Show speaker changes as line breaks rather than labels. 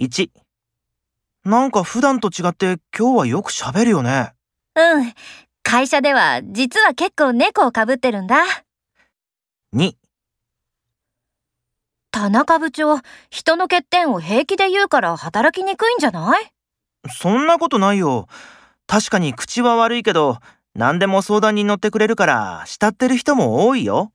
1なんか普段と違って今日はよく喋るよね。
うん。会社では実は結構猫をかぶってるんだ。
2
田中部長、人の欠点を平気で言うから働きにくいんじゃない
そんなことないよ。確かに口は悪いけど何でも相談に乗ってくれるから慕ってる人も多いよ。